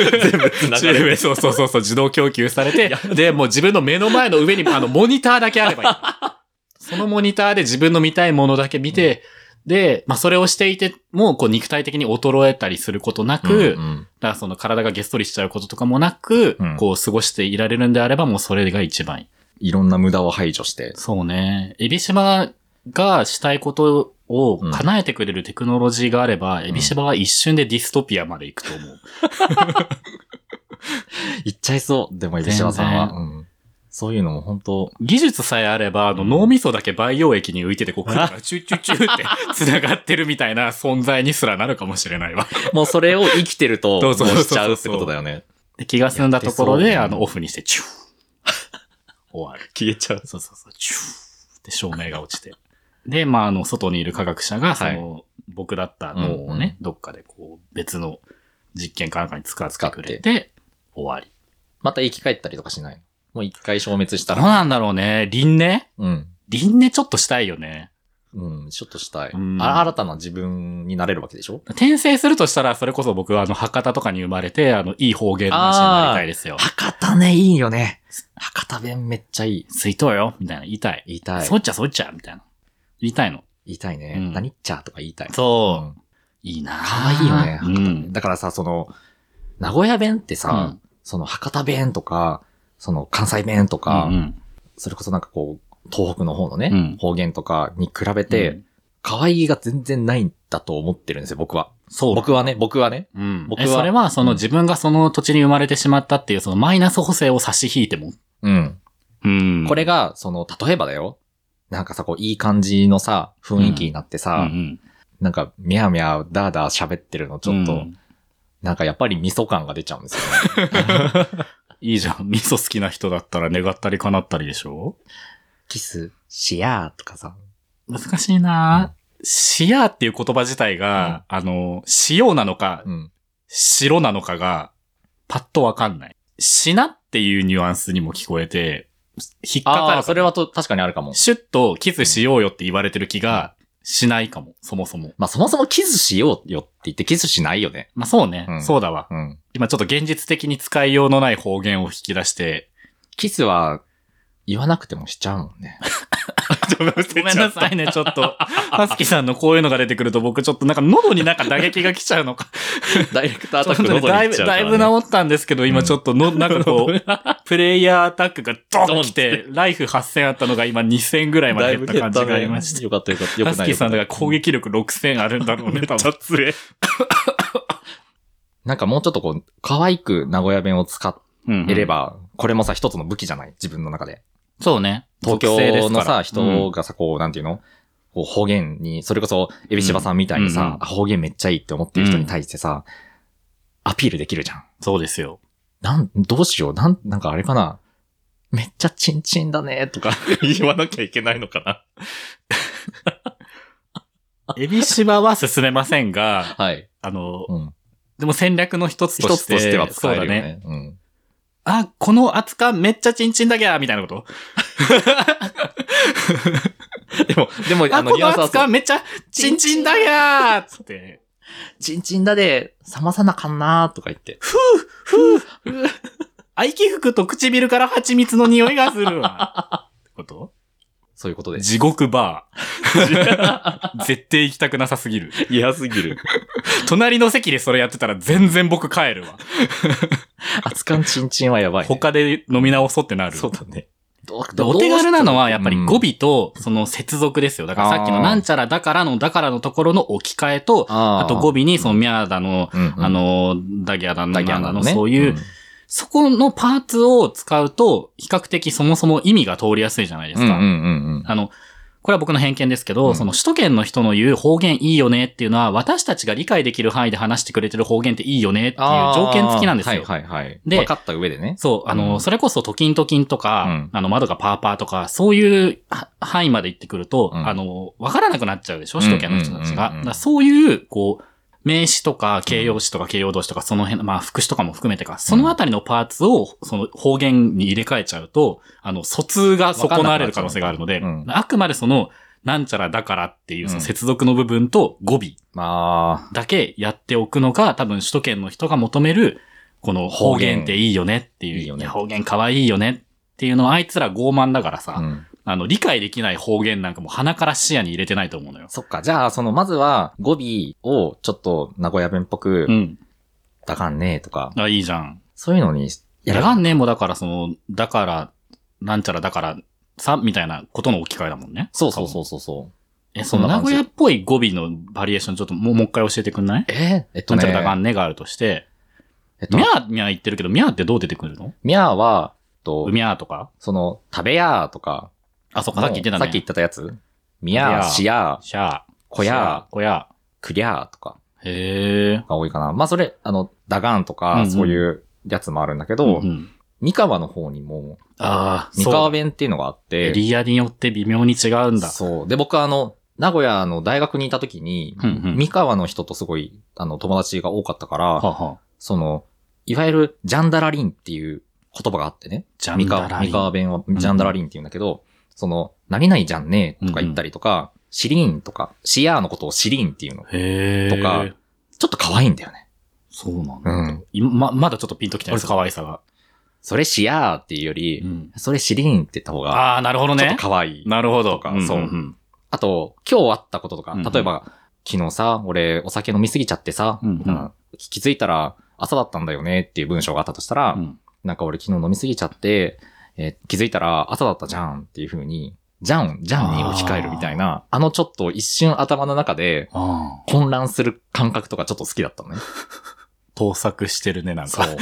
A: ブで 全部繋
B: チ
A: が
B: ュ
A: れ
B: ー
A: る。
B: ブそうそうそうそう、自動供給されて、で、もう自分の目の前の上に、あの、モニターだけあればいい。 そのモニターで自分の見たいものだけ見て、で、まあ、それをしていて、もう、こう、肉体的に衰えたりすることなく、
A: う
B: だか
A: ん
B: らその体がげっそりしちゃうこととかもなく、
A: うん
B: こう、過ごしていられるんであれば、もうそれが一番いい。
A: いろんな無駄を排除して。
B: そうね。エビシバがしたいことを叶えてくれるテクノロジーがあれば、エビシバは一瞬でディストピアまで行くと思う。
A: いっちゃいそう。でも、石川さんは。うんそういうのも本当
B: 技術さえあれば、あの、脳みそだけ培養液に浮いてて、こう、クラクラチュッチュッチュッって繋がってるみたいな存在にすらなるかもしれないわ。
A: もうそれを生きてると、
B: そ
A: も
B: う
A: う
B: そうそうそう
A: しちゃうってことだよね。
B: で気が済んだところ
A: やっ
B: で、
A: てそう
B: あの、オフにして、チュー。終わる。
A: 消えちゃう。
B: そうそうそう、チュー。で、照明が落ちて。 で、まあ、あの、外にいる科学者が、その、僕だった脳をね、どっかでこう、別の実験かなんかに使ってくれて、終わり。
A: また生き返ったりとかしないもう一回消滅した
B: どう
A: ら。
B: なんだろうね。輪廻
A: うん。
B: 輪廻ちょっとしたいよね。
A: うん、ちょっとしたい。
B: うん
A: あ新たな自分になれるわけでしょ
B: 転生するとしたら、それこそ僕はあの、博多とかに生まれて、あの、いい方言の話になりたいですよ。
A: 博多ね、いいよね。博多弁めっちゃいい。
B: 水筒よ、みたいな、言いたい。
A: 言いたい
B: そ。っちゃそっちゃ、みたいな。言いたいの。
A: 言いたいね。
B: うん
A: 何っちゃとか言いたい。。
B: そういいな
A: 可愛いよね博
B: う
A: 多弁
B: ん。
A: だからさ、その、名古屋弁って
B: う
A: さ
B: ん、
A: その博多弁とか、その関西弁とか、
B: うん
A: それこそなんかこう、東北の方のね、
B: うん
A: 方言とかに比べて、、可愛いが全然ないんだと思ってるんですよ、僕は。
B: そう。
A: 僕はね、僕はね。
B: うん。
A: 僕
B: え
A: は
B: それは、その自分がその土地に生まれてしまったっていう、そのマイナス補正を差し引いても。
A: うん。
B: うん
A: これ、が、その、例えばだよ。なんかさ、こう、いい感じのさ、雰囲気になって
B: うんう
A: さ、
B: ん、
A: なんか、みゃみゃ、だーだー喋ってるの、ちょっと、
B: うん
A: なんかやっぱり味噌感が出ちゃうんですよね。
B: いいじゃん。味噌好きな人だったら願ったり叶ったりでしょ
A: キス、しやーとかさ。
B: 難しいなシアーっていう言葉自体が、あの、塩なのか、
A: うん。
B: 白なのかが、パッとわかんない。しなっていうニュアンスにも聞こえて、引っかかるか
A: ああ、
B: ら。
A: それはと、確かにあるかも。
B: シュッとキスしようよって言われてる気がしないかも、そもそも。
A: まあ、そもそもキスしようよって言ってキスしないよね。
B: まあそうね、
A: うん
B: そうだわ。
A: うん。
B: 今ちょっと現実的に使いようのない方言を引き出して。
A: キスは、言わなくてもしちゃうもんね。
B: ごめんなさいね、ちょっと。ハスキさんのこういうのが出てくると僕ちょっとなんか喉になんか打撃が来ちゃう のか。
A: ダイレクトア
B: ちょ
A: タッ
B: っ
A: クの
B: とね、
A: ことに
B: だ
A: 行
B: い
A: っ
B: ぶ、
A: ちゃうか
B: だ
A: ら、
B: い
A: ね。
B: ぶ治ったんですけど、今ちょっとの、なんか こう、プレイヤーアタックがドンってきて、ライフ8000あったのが今2000ぐらいまで減った感じがありました。
A: よかったよかった。よ
B: ハ
A: く
B: ス
A: ない
B: キさんだ
A: よ
B: から攻撃力6000あるんだろうね、多分。
A: なんかもうちょっとこう、可愛く名古屋弁を使
B: うん
A: えれ。ば、これもさ、一つの武器じゃない自分の中で。
B: そうね。
A: 東
B: 属性で
A: 京
B: すか
A: の
B: ら
A: さ、
B: うん
A: 人がさ、こう、なんていうのこう方言に、それこそ、エビシバさんみたいに
B: うんうんう
A: さ
B: ん、
A: あ方言めっちゃいいって思ってる人に対してさ、アピールできるじゃん。
B: そうですよ。
A: なん、どうしよう、なん、なんかあれかな。めっちゃチン チンだね、とか言わなきゃいけないのかな。
B: エビシバは進めませんが、
A: はい。
B: あの、
A: うん。
B: でも戦略の一つとして。
A: 一つとしては使えるよ
B: そうだね。
A: ね。うん。
B: あ、この厚かめっちゃチンチンだけや、みたいなこと。
A: でも、でも、
B: あ、この
A: は
B: 厚かめっちゃチンチンだやーっつって。
A: チンチンだで、冷まさなかんなーとか言って。
B: ふぅ、ふぅ。愛気服と唇から蜂蜜の匂いがするわ。ってこと
A: そういうことです。
B: 地獄バ ー。絶対行きたくなさすぎる。
A: 嫌すぎ る。
B: 隣の席でそれやってたら全然僕帰るわ。
A: 熱燗チンチンはやばい、ね。
B: 他で飲み直そうってなる。
A: そうだね。お
B: お手軽なのはやっぱり語尾とその接続ですよ。だからさっき
A: あ
B: の
A: ー
B: なんちゃらだからのだからのところの置き換えと、
A: あ
B: あと語尾にそのミャーだ
A: 尾、
B: の、
A: うんうん
B: あ、の、ダギャだの、
A: ダギャ
B: なんだ
A: ナ
B: の、
A: ね
B: そういう、
A: ん
B: そこのパーツを使うと、比較的そもそも意味が通りやすいじゃないです
A: うんう
B: か。
A: んうんうん。
B: あの、これは僕の偏見ですけ
A: う
B: ど、
A: ん
B: その首都圏の人の言う方言いいよねっていうのは、私たちが理解できる範囲で話してくれてる方言っていいよねっていう条件付きなんですよ。
A: はいはいはい。
B: で
A: 分かった上でね。
B: そう、あの、
A: うん
B: それこそトキントキンとか、あの、窓がパーパーとか、そういうは範囲まで行ってくると、
A: うん
B: あの、わからなくなっちゃうでしょ首都圏の人たち
A: う
B: が。
A: んうんうんうん
B: だからそういう、こう、名詞とか形容詞とか形容動詞とか、その辺、まあ、副詞とかも含めてか、そのあたりのパーツを、その方言に入れ替えちゃうと、あの、疎通が損なわれる可能性があるので、
A: わかんなくなっちゃう
B: あくまでその、なんちゃらだからっていう、そ
A: う
B: の
A: ん
B: 接続の部分と語尾
A: まあ、
B: だけやっておくのが、多分首都圏の人が求める、この方言っていいよねっていう。
A: いいよね
B: や方言可愛いよねっていうのは、あいつら傲慢だからさ、
A: うん
B: あの、理解できない方言なんかもう鼻から視野に入れてないと思うのよ。
A: そっか。じゃあ、その、まずは、語尾をちょっと名古屋弁っぽく
B: う、ん。
A: だかんねとか、
B: あ、いいじゃん。
A: そういうのに、
B: やが
A: ん
B: んねもうだからその、だから、なんちゃらだから、さ、みたいなことの置き換えだもんね。
A: そうそうそうそうそう。
B: え、
A: そ
B: そ
A: ん
B: の
A: な
B: 名
A: 感じ
B: 古屋っぽい語尾のバリエーションちょっともう、もう一回教えてくんない
A: ええっと
B: なん
A: ね
B: ちゃらだかんねがあるとして、
A: えっと
B: みゃ、ーみゃー言ってるけど、みゃーってどう出てくるの
A: みゃーは、えっと
B: み、ゃーとか
A: その、食べやーとか、
B: あ、そっか、さっき言ってたね。
A: さっき言ってたやつみや
B: や
A: ー、
B: ー
A: しやー、
B: シャー。
A: こやー、
B: 小屋。
A: くりゃーとか
B: へえ。
A: が多いかな。まあそれ、あの、ダガンと
B: うんう
A: か、
B: ん
A: そういうやつもあるんだけど、
B: ん、
A: 三河の方にも、
B: ああ、
A: 三河弁っていうのがあっ
B: そうだ
A: て、
B: エリアによって微妙に違うんだ。
A: そう。で、僕はあの、名古屋の大学にいた時に、
B: うんうん
A: 三河の人とすごい、あの、友達が多かったか
B: はあ
A: ら、
B: はあ、
A: その、いわゆる、ジャンダラリンっていう言葉があってね。
B: ジャ
A: 三
B: ン
A: 河
B: ダラリ
A: 三河
B: ン。
A: 弁はジャンダラリンって言うんだけど、その、何々じゃんねとか言ったりとか、シリーンとか、シアーのことをシリーンっていうの。
B: へえ。
A: とか、ちょっと可愛いんだよね。
B: そうなんだ。
A: うん。
B: 今ま、まだちょっとピンときてないです、可愛さが。
A: それシアーっていうより、
B: うん
A: それシリーンって言った方が、
B: ああ、なるほど
A: ちょっ
B: ね
A: と。可愛い。
B: なるほど。
A: とか
B: んんん
A: そうあと、今日あったこととか、
B: うんうん
A: 例えば、昨日さ、俺お酒飲みすぎちゃってさ、
B: うんうん
A: みたいな気づいたら朝だったんだよねっていう文章があったとしたら、
B: うん
A: なんか俺昨日飲みすぎちゃって、えー気づいたら朝だったじゃんっていう風に、じゃん、じゃんに置き換えるみたいな、あのちょっと一瞬頭の中で
B: ああ。
A: 混乱する感覚とかちょっと好きだったのね。
B: 盗作してるね、なん
A: そ
B: か。
A: う。だか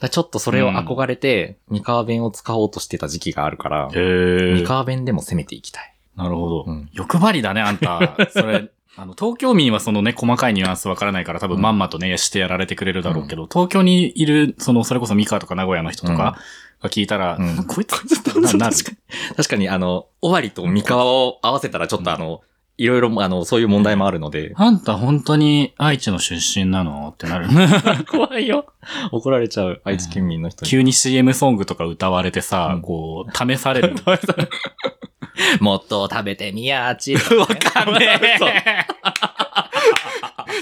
A: ら ちょっとそれを憧れて、三河弁を使おうとしてた時期があるから、
B: へえ
A: 三。河弁でも攻めていきたい。
B: なるほど。
A: うん
B: 欲張りだね、あん た。それ、あの、東京民はそのね、細かいニュアンスわからないから、多
A: う
B: 分
A: ん
B: まんまとね、してやられてくれるだろうけど、東京にいる、その、それこそ三河とか名古屋の人とかが聞いたら、
A: うん
B: こいつ、 な、 なる。
A: 確かに。確かに、あの、終わりと三河を合わせたらちょっとあの、いろいろ、あの、そういう問題もあるので。
B: あんた本当に愛知の出身なのってなる。
A: 怖いよ。 怒られちゃう、愛知県民の人に。
B: 急に CM ソングとか歌われてさ、
A: うん
B: こう、試され る。
A: もっと食べてみやーち。
B: わかんねえ。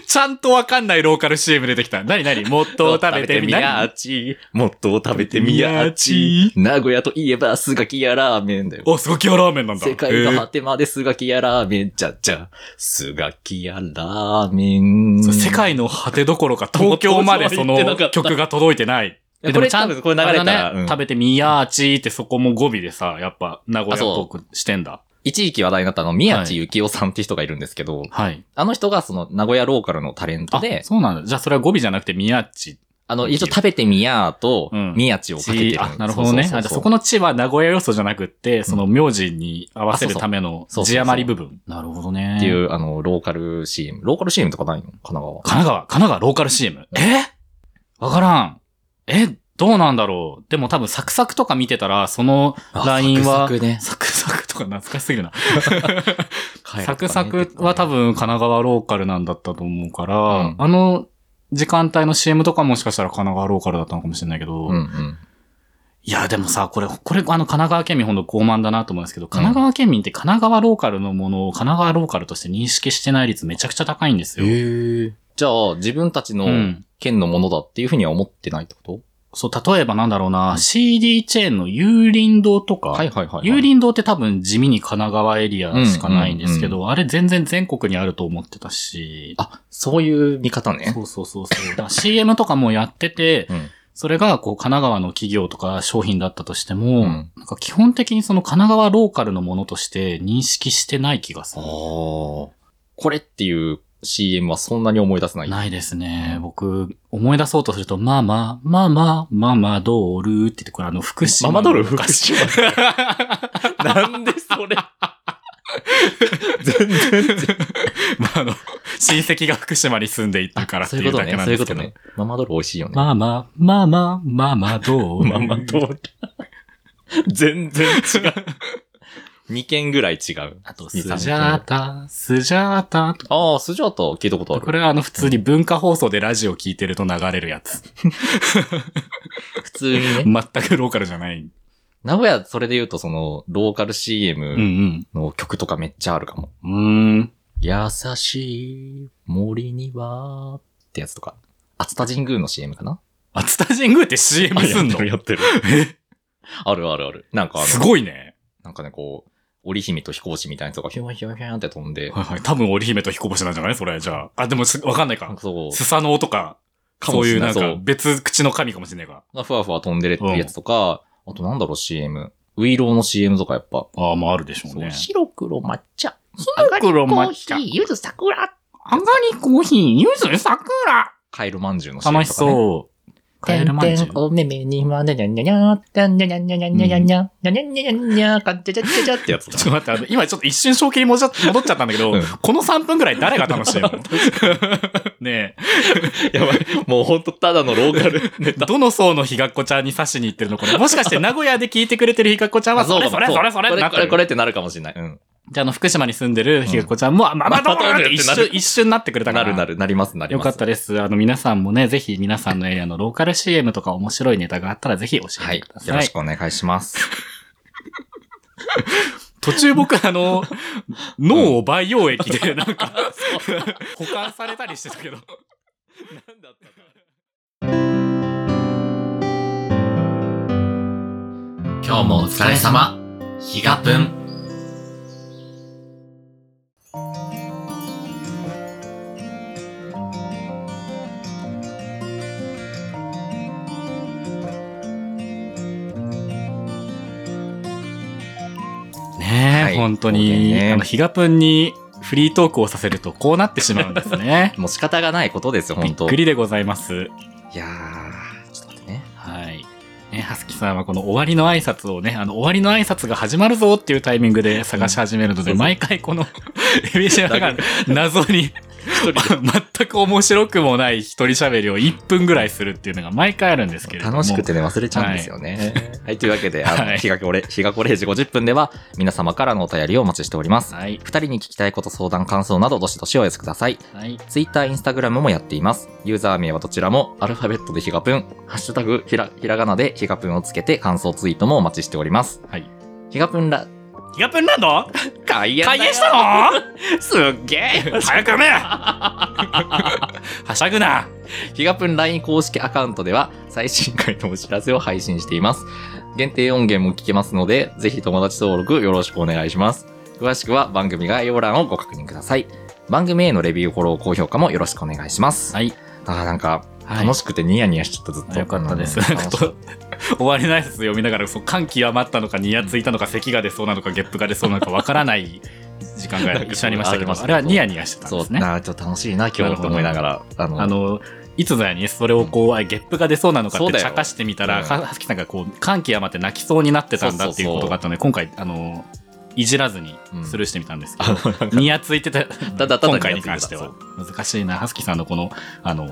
B: ちゃんとわかんないローカル CM 出てきた。なに なにもっと食べてみな。
A: ーち。もっと食べてみやーち。名古屋といえば、すがきやラーメンだよ。
B: お、すごきやラーメンなんだ。
A: 世界の
B: へえ
A: 果てまですがきやラーメン、じゃじゃ。すがきやラーメン。
B: そう世界の果てどころか東京ま でその曲が届いてない。
A: いやこれ多分これ流れたら
B: あね
A: うん
B: 食べてみやーちーってそこも語尾でさ、やっぱ名古屋
A: あそう
B: トークしてんだ。
A: 一時期話題になったあの、宮地
B: は
A: 幸雄さんって人がいるんですけど、
B: はい。
A: あの人がその名古屋ローカルのタレント
B: あ、
A: で、
B: そうなんだ。じゃあそれは語尾じゃなくてみやーち
A: あの、一応食べてみやーと
B: うん、
A: 宮地をかけて
B: ー。
A: る。
B: あ、なるほど
A: うう
B: ね。
A: う
B: あじゃあそこの地は名古屋要素じゃなくって、その名字に合わせ
A: あ
B: る
A: そうそう
B: ための
A: そうそうそう
B: 字余り部分。なるほどね。。
A: っていうう、あの、ローカル CM。ローカル CM とかないの神奈川。
B: 神奈川、神奈川ローカル CM。えわからん。えどうなんだろう。でも多分サクサクとか見てたら、その
A: あ
B: ライン
A: サ
B: は
A: クサクね、
B: サクサクとか懐かしすぎるな。
A: カエラと
B: サ
A: か
B: ク
A: ね
B: サクは多、分神奈川ローカルなんだったと思うから、
A: うん
B: あの時間帯の CM とかもしかしたら神奈川ローカルだったのかもしれないけど、
A: うんうん。
B: いや、でもさ、これ、これ、あの、神奈川県民ほんと傲慢だなと思うんですけど、神奈川県民って神奈川ローカルのものを神奈川ローカルとして認識してない率めちゃくちゃ高いんですよ。
A: へえ。じゃあ、自分たち
B: う
A: の
B: ん。
A: 県のものだっていうふうには思ってないってこ
B: そう、例えばなんだろうな、CD チェーンの有林堂とか、
A: といはいは
B: 有林堂って多分地味に神奈川エリアしかないんですけど、あれ全然全国にあると思ってたし、
A: あ、そういう見方ね。
B: そうそうそうそう。だから CM とかもやってて、
A: うん
B: それがこう神奈川の企業とか商品だったとしても、
A: うん
B: なんか基本的にその神奈川ローカルのものとして認識してない気がす
A: ああ
B: る。
A: ー。これっていう CM はそんなに思い出せない。
B: ないですね。僕、思い出そうとすると、まあまあ、まあまあ、まあまあ、ドールって言って、これあの、福島の。
A: ママドール
B: 福島。
A: なんでそ れ全然
B: まあ、あの、親戚が福島に住んでいたからって
A: そうい
B: いうう
A: こと
B: だ
A: ね
B: け。なん
A: そうい
B: で
A: うこと
B: すけど。
A: ね。ママドール美味しいよね。
B: まあまあ、まあまあ、まあ まあ、ドール。
A: ママドール。全然 違う。2件ぐらい違う。
B: あと、ス
A: 二三
B: ジャータ、スジャータと
A: ああ、スジャータ聞いたことあ
B: こ
A: る。
B: れはあの普通に文化放送でラジオ聞いてると流れるやつ。
A: 普通にね。
B: 全くローカルじゃない。
A: 名古屋、それで言うとその、ローカル
B: うんう
A: CM
B: ん。
A: の曲とかめっちゃあるかも。
B: うーん。
A: 優しい森には、ってやつとか。熱田神宮の CM かな
B: 熱田神宮って CM すんの
A: ってる。 あるあるある。なんかあ
B: す
A: の、
B: ごいね。
A: なんかね、こう、織姫と飛行士みたいなやつがヒュンヒュンヒュンって飛んで、
B: はいはい。多分織姫と彦星なんじゃないそれ、じゃあ。あ、でもすわかんない
A: なん
B: か
A: か。そう、
B: スサノオとか、
A: か
B: そ
A: も
B: う
A: し
B: い
A: れ
B: う
A: な
B: ないんか別口の神かもしれないから。
A: ふわふわ飛んでるってやつとか、あとなんだろう CM。ウイローの CM とかやっぱ。
B: ああ、まああるでしょうね。
A: 白黒抹茶。
B: 白黒抹茶
A: アガリコーヒーゆず桜。
B: あがりコーヒー、ゆず桜
A: カエルまんじゅうの CM
B: 楽
A: と
B: し
A: か、ね。
B: そう。カエルまんじゅう。
A: おめめにまねにゃにゃにゃにゃにゃにゃにゃにゃにゃにゃにゃにゃにゃにゃにゃにゃかんちゃちゃちゃちゃってやつ
B: ちょっと待ってあの、今ちょっと一瞬正気に戻っちゃ戻っちゃったんだけど、
A: うん
B: この3分ぐらい誰が楽し いのね
A: やばい。もうほんとただのローカルネ
B: え、。どの層のひがっこちゃんに刺しに行ってるのこれ。もしかして名古屋で聞いてくれてるひがっこちゃんは、それそれそれそれ
A: こ
B: って
A: れ
B: なっ
A: こ
B: て
A: れこ
B: る。
A: れってなるかもしれない。うん。
B: じゃあ、あの、福島に住んでるひがっこちゃんも、あママ
A: ママ
B: 友
A: 友
B: っ
A: ってて
B: 一
A: なる
B: 瞬、一瞬なってくれたか
A: な
B: ら。
A: るなる、なります、なり
B: よ
A: ます。
B: かったです。あの、皆さんもね、ぜひ皆さんのエリアのローカル CM とか面白いネタがあったらぜひ教
A: は
B: えて
A: い
B: くだ。さ
A: よ
B: い。
A: ろしくお願いします。
B: 途中僕、あの、脳を培養液でなん か、 保管されたりしてたけど。
A: なんだったか
C: 今日もお疲れ様ひがぷん
B: ねえ、
A: はい
B: 本当
A: そうだ
B: に、
A: よね。
B: あの、ヒガプンにフリートークをさせるとこうなってしまうんですね
A: もう仕方がないことですよ、
B: び
A: 本
B: っ
A: 当
B: くりでございます。
A: いやー、ちょっと待ってね。
B: はい。ね、はすきさんはこの終わりの挨拶をね、あの、終わりの挨拶が始まるぞっていうタイミングで探し始めるの
A: そう
B: で、
A: そう
B: 毎回この、 エビシャが謎に、
A: 一人で
B: 全く面白くもない一人喋りを1分ぐらいするっていうのが毎回あるんですけれども。
A: 楽しくてね、忘れちゃうんですよね。はい、というわけで、あ
B: は
A: の、
B: い
A: 日がこれ、日がこれ時50分では、皆様からのお便りをお待ちしております。
B: はい。
A: 二人に聞きたいこと、相談、感想など、どしどしお寄せください。
B: はい。
A: Twitter、Instagram もやっています。ユーザー名はどちらも、アルファベットでひがぷん、ハッシュタグ、ひら、ひらがなでひがぷんをつけて、感想ツイートもお待ちしております。
B: はい。
A: ひがぷんら、
B: ヒガプンランド
A: 開演
B: 開演した
A: の
B: の
A: すっげえ
B: 早くやめ はしゃぐな
A: ヒガプン LINE 公式アカウントでは最新回のお知らせを配信しています。限定音源も聞けますので、ぜひ友達登録よろしくお願いします。詳しくは番組概要欄をご確認ください。番組へのレビュー、フォロー、高評価もよろしくお願いします。
B: はい。
A: あーなんか、
B: はい
A: 楽しくてニヤニヤしちゃった、ずっと。
B: よかったです。
A: うん
B: なん
A: 楽
B: か
A: しかっ
B: と終わりの挨拶読みながら、そう感極まったのか、ニヤついたのか、咳が出そうなのか、ゲップが出そうなのか、わからない時間が一緒ありましたけ
A: な
B: ど、
A: んかそう
B: あれはニヤニヤして
A: た
B: たん
A: そ
B: で
A: う
B: すね。
A: なあちょっと楽しいな、今日と思いながら。あの
B: あの、いつだにそれをこう、あゲップが出そうなのか
A: そ
B: っ
A: うだ
B: て
A: よ
B: 茶化してみた
A: う
B: ら、
A: ん
B: かはすきさんがこう、感極まって泣きそうになってたんだっていうことがあったので、今回、あの、いじらずに
A: うん
B: スルーしてみたんですけ
A: あ
B: ど、
A: のなんか
B: ニヤついてた、
A: だただ
B: 今回に関しては。難しいな、はすきさんのこの、あの、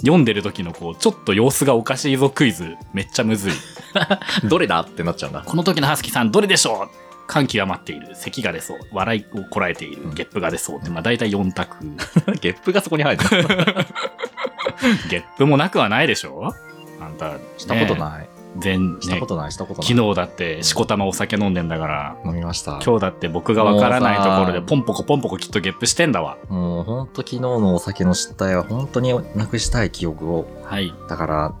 B: 読んでる時のこう、ちょっと様子がおかしいぞクイズ、めっちゃむずい。
A: どれだってなっちゃうんだ。
B: この時のハスキーさん、どれでしょう感極まっている、咳が出そう、笑いをこらえている、ゲップが出そうって、まあ大体4択。
A: ゲップがそこに 入る。
B: ゲップもなくはないでしょあんた、
A: したこと
B: い。
A: ない。
B: 全、ね、
A: したことない、したことない。
B: 昨日だって、しこたまお酒飲んでんだから、
A: 飲みました。
B: 今日だって僕がわからないところで、
A: もうさ
B: ポンポコポンポコきっとゲップしてんだわ。
A: もうほんと昨日のお酒の失態は本当になくしたい記憶を。
B: はい。
A: だから、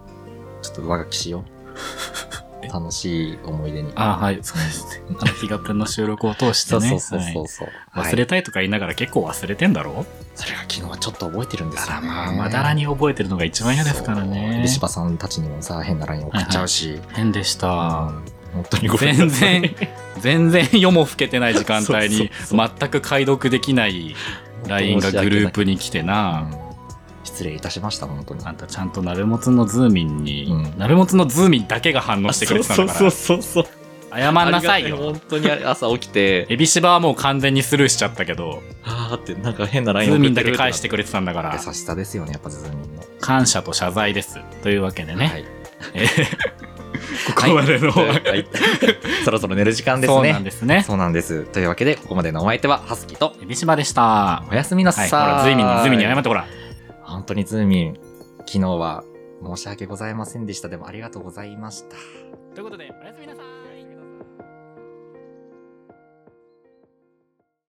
A: ちょっと上書きしよ う。楽しい思い出に。
B: あはい、そうですね。あの、ヒガプンの収録を通して
A: そう
B: ね。
A: そうそうそうそう。
B: はい
A: はい
B: 忘れたいとか言いながら結構忘れてんだろ、
A: それが昨日はちょっと覚えてるんです
B: あ
A: よ、
B: ら
A: ね。
B: まあ、まだらに覚えてるのが一番嫌ですから
A: そう
B: ね
A: ビ。シバさんたちにもさ、変なライン送っちゃうし。
B: 変でした。
A: うん本当にごめん
B: 全
A: なさい。
B: 然、全然夜も更けてない時間帯に
A: そう
B: 全く解読できない LINE がグループに来てな。
A: 失礼いたしました、本当に。
B: あんたちゃんと鍋もつのズーミンに、
A: うん
B: 鍋もつのズーミンだけが反応してくれてたんだから。
A: そうそう。
B: 謝んなさい
A: ありがた
B: よ。
A: 本当にあれ朝起きて、
B: エビシバはもう完全にスルーしちゃったけど、
A: あーってなんか変な
B: ズ
A: LINE
B: ー
A: 送
B: ミ
A: っ
B: ン
A: て
B: だ
A: る
B: け返してくれてたんだから、
A: 優しさですよね、やっぱズーミンの。
B: 感謝と謝罪です。というわけでね。
A: はい。
B: えー ここまでの、
A: はい。そろそろ寝る時間ですね。
B: そうなんですね。
A: そうなんです。というわけで、ここまでのお相手は、ハスキーと、
B: エビシバでした。
A: おやすみな
B: はい、ほ
A: さーい。
B: ら、ズイミンに、ズイミンに謝ってほら。
A: 本当にズーミン、昨日は申し訳ございませんでした。でもありがとうございました。
B: ということで、おやすみなさーい。